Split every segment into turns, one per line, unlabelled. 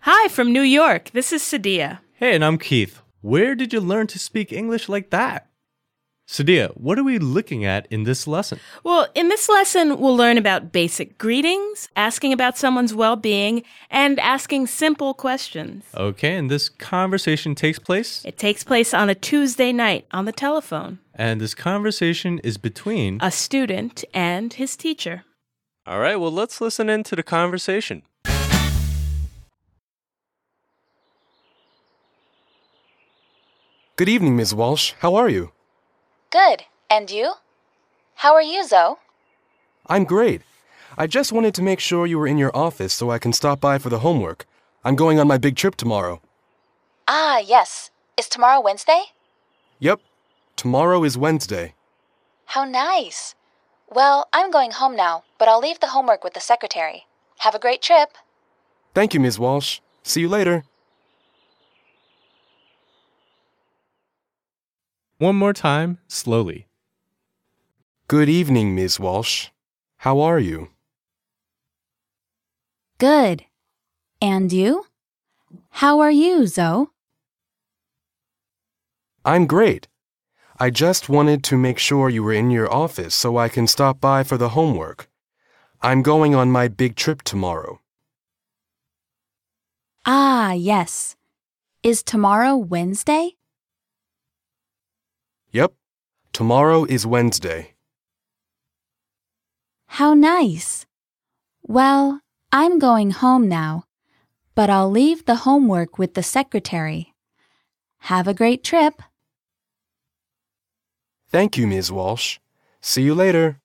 Hi from New York. This is Sadia.
Hey, and I'm Keith. Where did you learn to speak English like that? Sadia, what are we looking at in this lesson?
Well, in this lesson, we'll learn about basic greetings, asking about someone's well being, and asking simple questions.
Okay, and this conversation takes place,
It takes place on a Tuesday night on the telephone.
and this conversation is between.
A student and his teacher.
All right, well, let's listen in to the conversation.
Good evening, Ms. Walsh. How are you?
Good. And you? How are you, Zoe?
I'm great. I just wanted to make sure you were in your office so I can stop by for the homework. I'm going on my big trip tomorrow.
Ah, yes. Is tomorrow Wednesday?
Yep. Tomorrow is Wednesday.
How nice. Well, I'm going home now, but I'll leave the homework with the secretary. Have a great trip.
Thank you, Ms. Walsh. See you later.
One more time, slowly.
Good evening, Ms. Walsh. How are you?
Good. And you? How are you, Zoe?
I'm great. I just wanted to make sure you were in your office so I can stop by for the homework. I'm going on my big trip tomorrow.
Ah, yes. Is tomorrow Wednesday?
Yep. Tomorrow is Wednesday.
How nice. Well, I'm going home now, but I'll leave the homework with the secretary. Have a great trip.
Thank you, Ms. Walsh. See you later.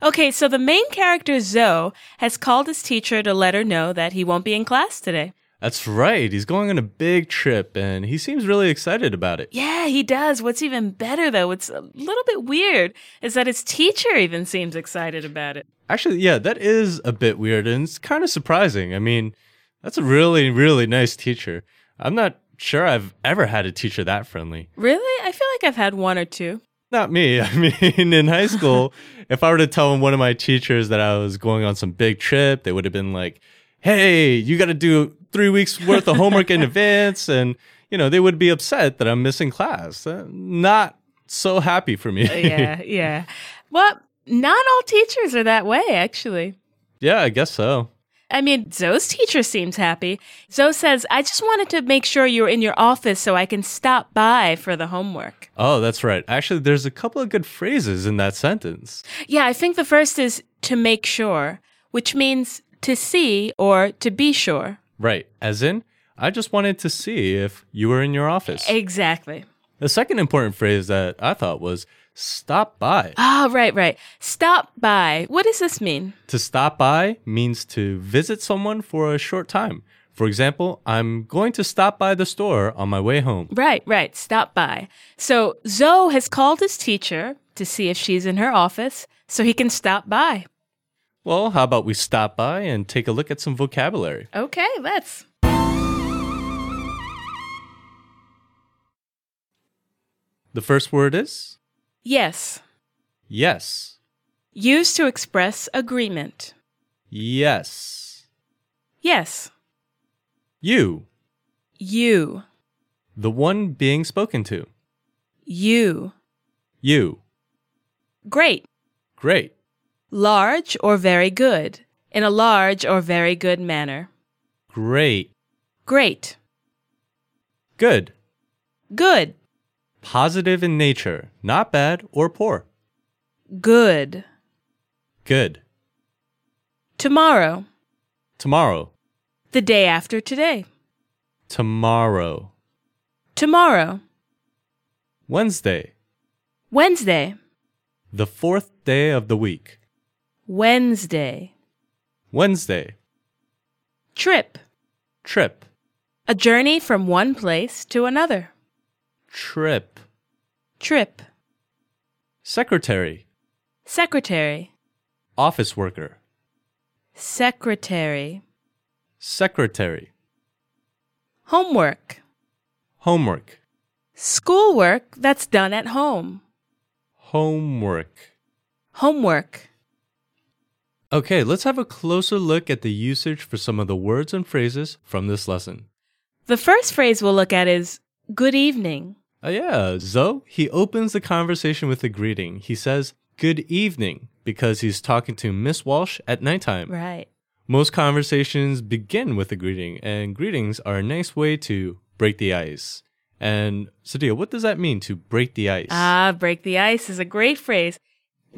Okay, so the main character, Zoe, has called his teacher to let her know that he won't be in class today.
That's right, he's going on a big trip, and he seems really excited about it.
Yeah, he does. What's even better, though, what's a little bit weird, is that his teacher even seems excited about it.
Actually, yeah, that is a bit weird and it's kind of surprising. I mean, that's a really, really nice teacher. I'm not sure I've ever had a teacher that friendly.
Really? I feel like I've had one or two.
Not me. I mean, in high school, if I were to tell one of my teachers that I was going on some big trip, they would have been like, hey, you got to do three weeks worth of homework in advance. And, you know, they would be upset that I'm missing class. Uh, Not so happy for me.
Uh, yeah, yeah. Well, not all teachers are that way, actually.
yeah, I guess so.
I mean, Zoe's teacher seems happy. Zoe says, I just wanted to make sure you were in your office so I can stop by for the homework.
Oh, that's right. Actually, there's a couple of good phrases in that sentence.
Yeah, I think the first is to make sure, which means to see or to be sure.
Right. As in, I just wanted to see if you were in your office.
Exactly.
the second important phrase that I thought was stop by.
Ah, right, right. Stop by. What does this mean?
to stop by means to visit someone for a short time. For example, I'm going to stop by the store on my way home.
Right, right. Stop by. So Zoe has called his teacher to see if she's in her office so he can stop by.
Well, how about we stop by and take a look at some vocabulary?
Okay, let's.
The first word is
Yes.
yes.
Used to express agreement.
Yes.
Yes.
You,
You.
the one being spoken to.
You.
You,
Great.
great.
Large or very good. In a large or very good manner.
Great.
Great.
Good.
Good.
Positive in nature, not bad or poor.
Good.
Good.
Tomorrow.
Tomorrow.
The day after today.
Tomorrow.
Tomorrow.
Wednesday.
Wednesday.
The fourth day of the week.
Wednesday.
Wednesday.
Trip.
Trip.
A journey from one place to another.
Trip.
Trip.
Secretary.
Secretary.
Office worker.
Secretary.
Secretary.
Homework.
Homework.
Schoolwork that's done at home.
Homework.
Homework.
Okay, let's have a closer look at the usage for some of the words and phrases from this lesson.
The first phrase we'll look at is good evening.
Oh, yeah. Zo, he opens the conversation with a greeting. He says, Good evening, because he's talking to Miss Walsh at nighttime.
Right.
Most conversations begin with a greeting, and greetings are a nice way to break the ice. And Sadia, what does that mean to break the ice?
Ah, break the ice is a great phrase.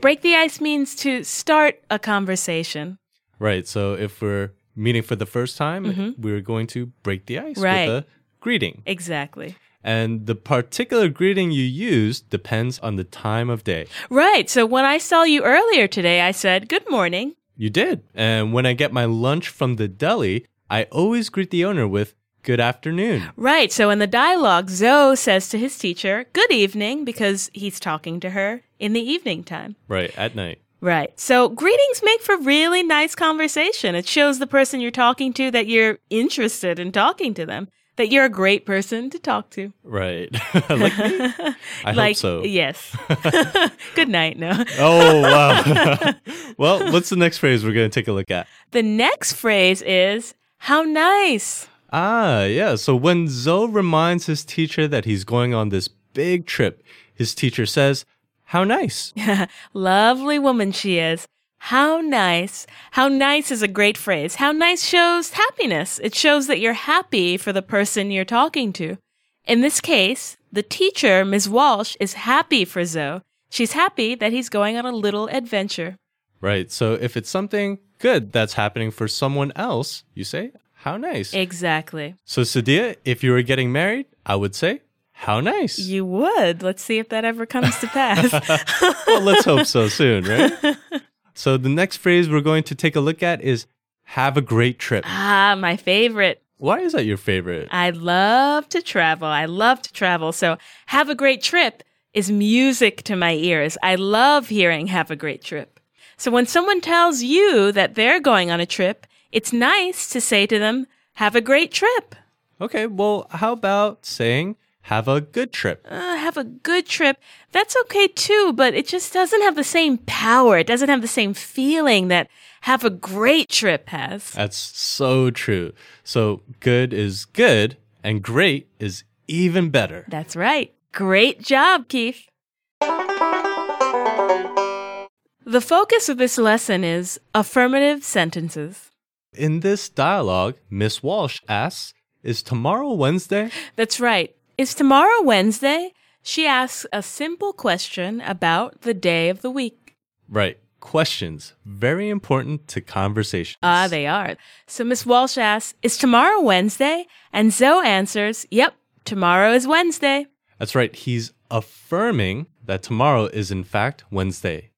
Break the ice means to start a conversation.
right. So if we're meeting for the first time,
Mhm.
we're going to break the ice
Right.
with a greeting.
Exactly.
And the particular greeting you use depends on the time of day.
Right. So when I saw you earlier today, I said, Good morning.
You did. And when I get my lunch from the deli, I always greet the owner with good afternoon.
Right. So in the dialogue, Zoe says to his teacher, Good evening, because he's talking to her in the evening time.
Right, at night.
Right. So greetings make for really nice conversation. It shows the person you're talking to that you're interested in talking to them, that you're a great person to talk to.
Right. like me? I hope
like,
so.
Yes. Good night. No.
Oh, wow. well, what's the next phrase we're going to take a look at?
The next phrase is, How nice.
Ah, yeah. So when Zo reminds his teacher that he's going on this big trip, his teacher says, How nice.
Lovely woman she is. How nice. How nice is a great phrase. How nice shows happiness. It shows that you're happy for the person you're talking to. In this case, the teacher, Ms. Walsh, is happy for Zoe. She's happy that he's going on a little adventure.
Right. So if it's something good that's happening for someone else, you say, How nice.
Exactly.
So, Sadia, if you were getting married, I would say, how nice.
You would. Let's see if that ever comes to pass.
well, let's hope so soon, right? so, the next phrase we're going to take a look at is have a great trip.
ah, my favorite.
Why is that your favorite?
I love to travel. I love to travel. So, have a great trip is music to my ears. I love hearing have a great trip. So, when someone tells you that they're going on a trip, it's nice to say to them, have a great trip.
Okay, well, how about saying have a good trip?
Uh, have a good trip. That's okay too, but it just doesn't have the same power. It doesn't have the same feeling that have a great trip has.
That's so true. So, good is good, and great is even better.
That's right. Great job, Keith. The focus of this lesson is affirmative sentences.
In this dialogue, Miss Walsh asks, is tomorrow Wednesday?
That's right. Is tomorrow Wednesday? She asks a simple question about the day of the week.
Right. Questions. Very important to conversations.
Ah, they are. So Miss Walsh asks, Is tomorrow Wednesday? And Zoe answers, Yep, tomorrow is Wednesday.
That's right. He's affirming that tomorrow is, in fact, Wednesday.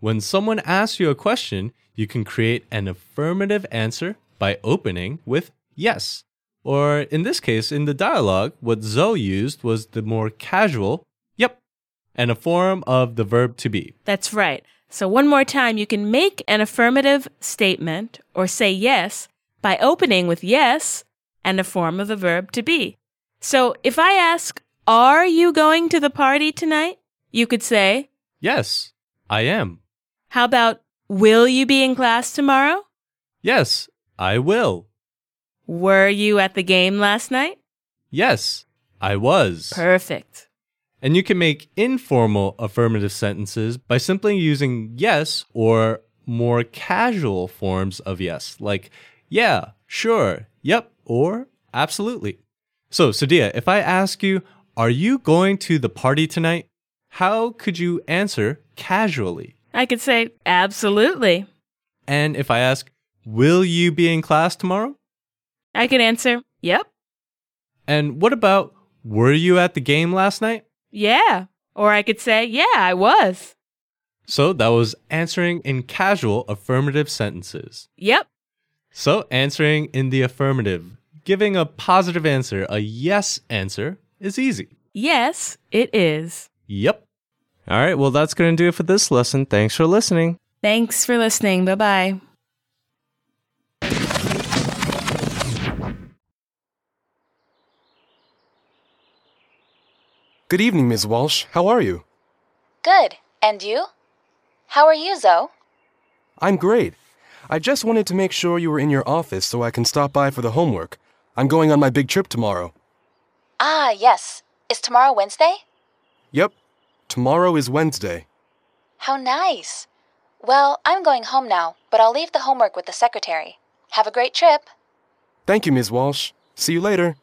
When someone asks you a question, you can create an affirmative answer by opening with yes. Or in this case, in the dialogue, what Zoe used was the more casual, yep, and a form of the verb to be.
That's right. So, one more time, you can make an affirmative statement or say yes by opening with yes and a form of the verb to be. So, if I ask, Are you going to the party tonight? You could say,
Yes, I am.
How about, Will you be in class tomorrow?
Yes, I will.
Were you at the game last night?
Yes, I was.
Perfect.
And you can make informal affirmative sentences by simply using yes or more casual forms of yes, like yeah, sure, yep, or absolutely. So, Sadia, if I ask you, are you going to the party tonight? How could you answer casually?
I could say, Absolutely.
And if I ask, will you be in class tomorrow?
I could answer, Yep.
And what about, were you at the game last night?
Yeah. Or I could say, Yeah, I was.
So, that was answering in casual affirmative sentences.
Yep.
So, answering in the affirmative, giving a positive answer, a yes answer, is easy.
Yes, it is.
Yep. All right, well, that's going to do it for this lesson. Thanks for listening.
Thanks for listening. Bye bye.
Good evening, Ms. Walsh. How are you?
Good. And you? How are you, Zoe?
I'm great. I just wanted to make sure you were in your office so I can stop by for the homework. I'm going on my big trip tomorrow.
Ah, yes. Is tomorrow Wednesday?
Yep, tomorrow is Wednesday.
How nice. Well, I'm going home now, but I'll leave the homework with the secretary. Have a great trip.
Thank you, Ms. Walsh. See you later.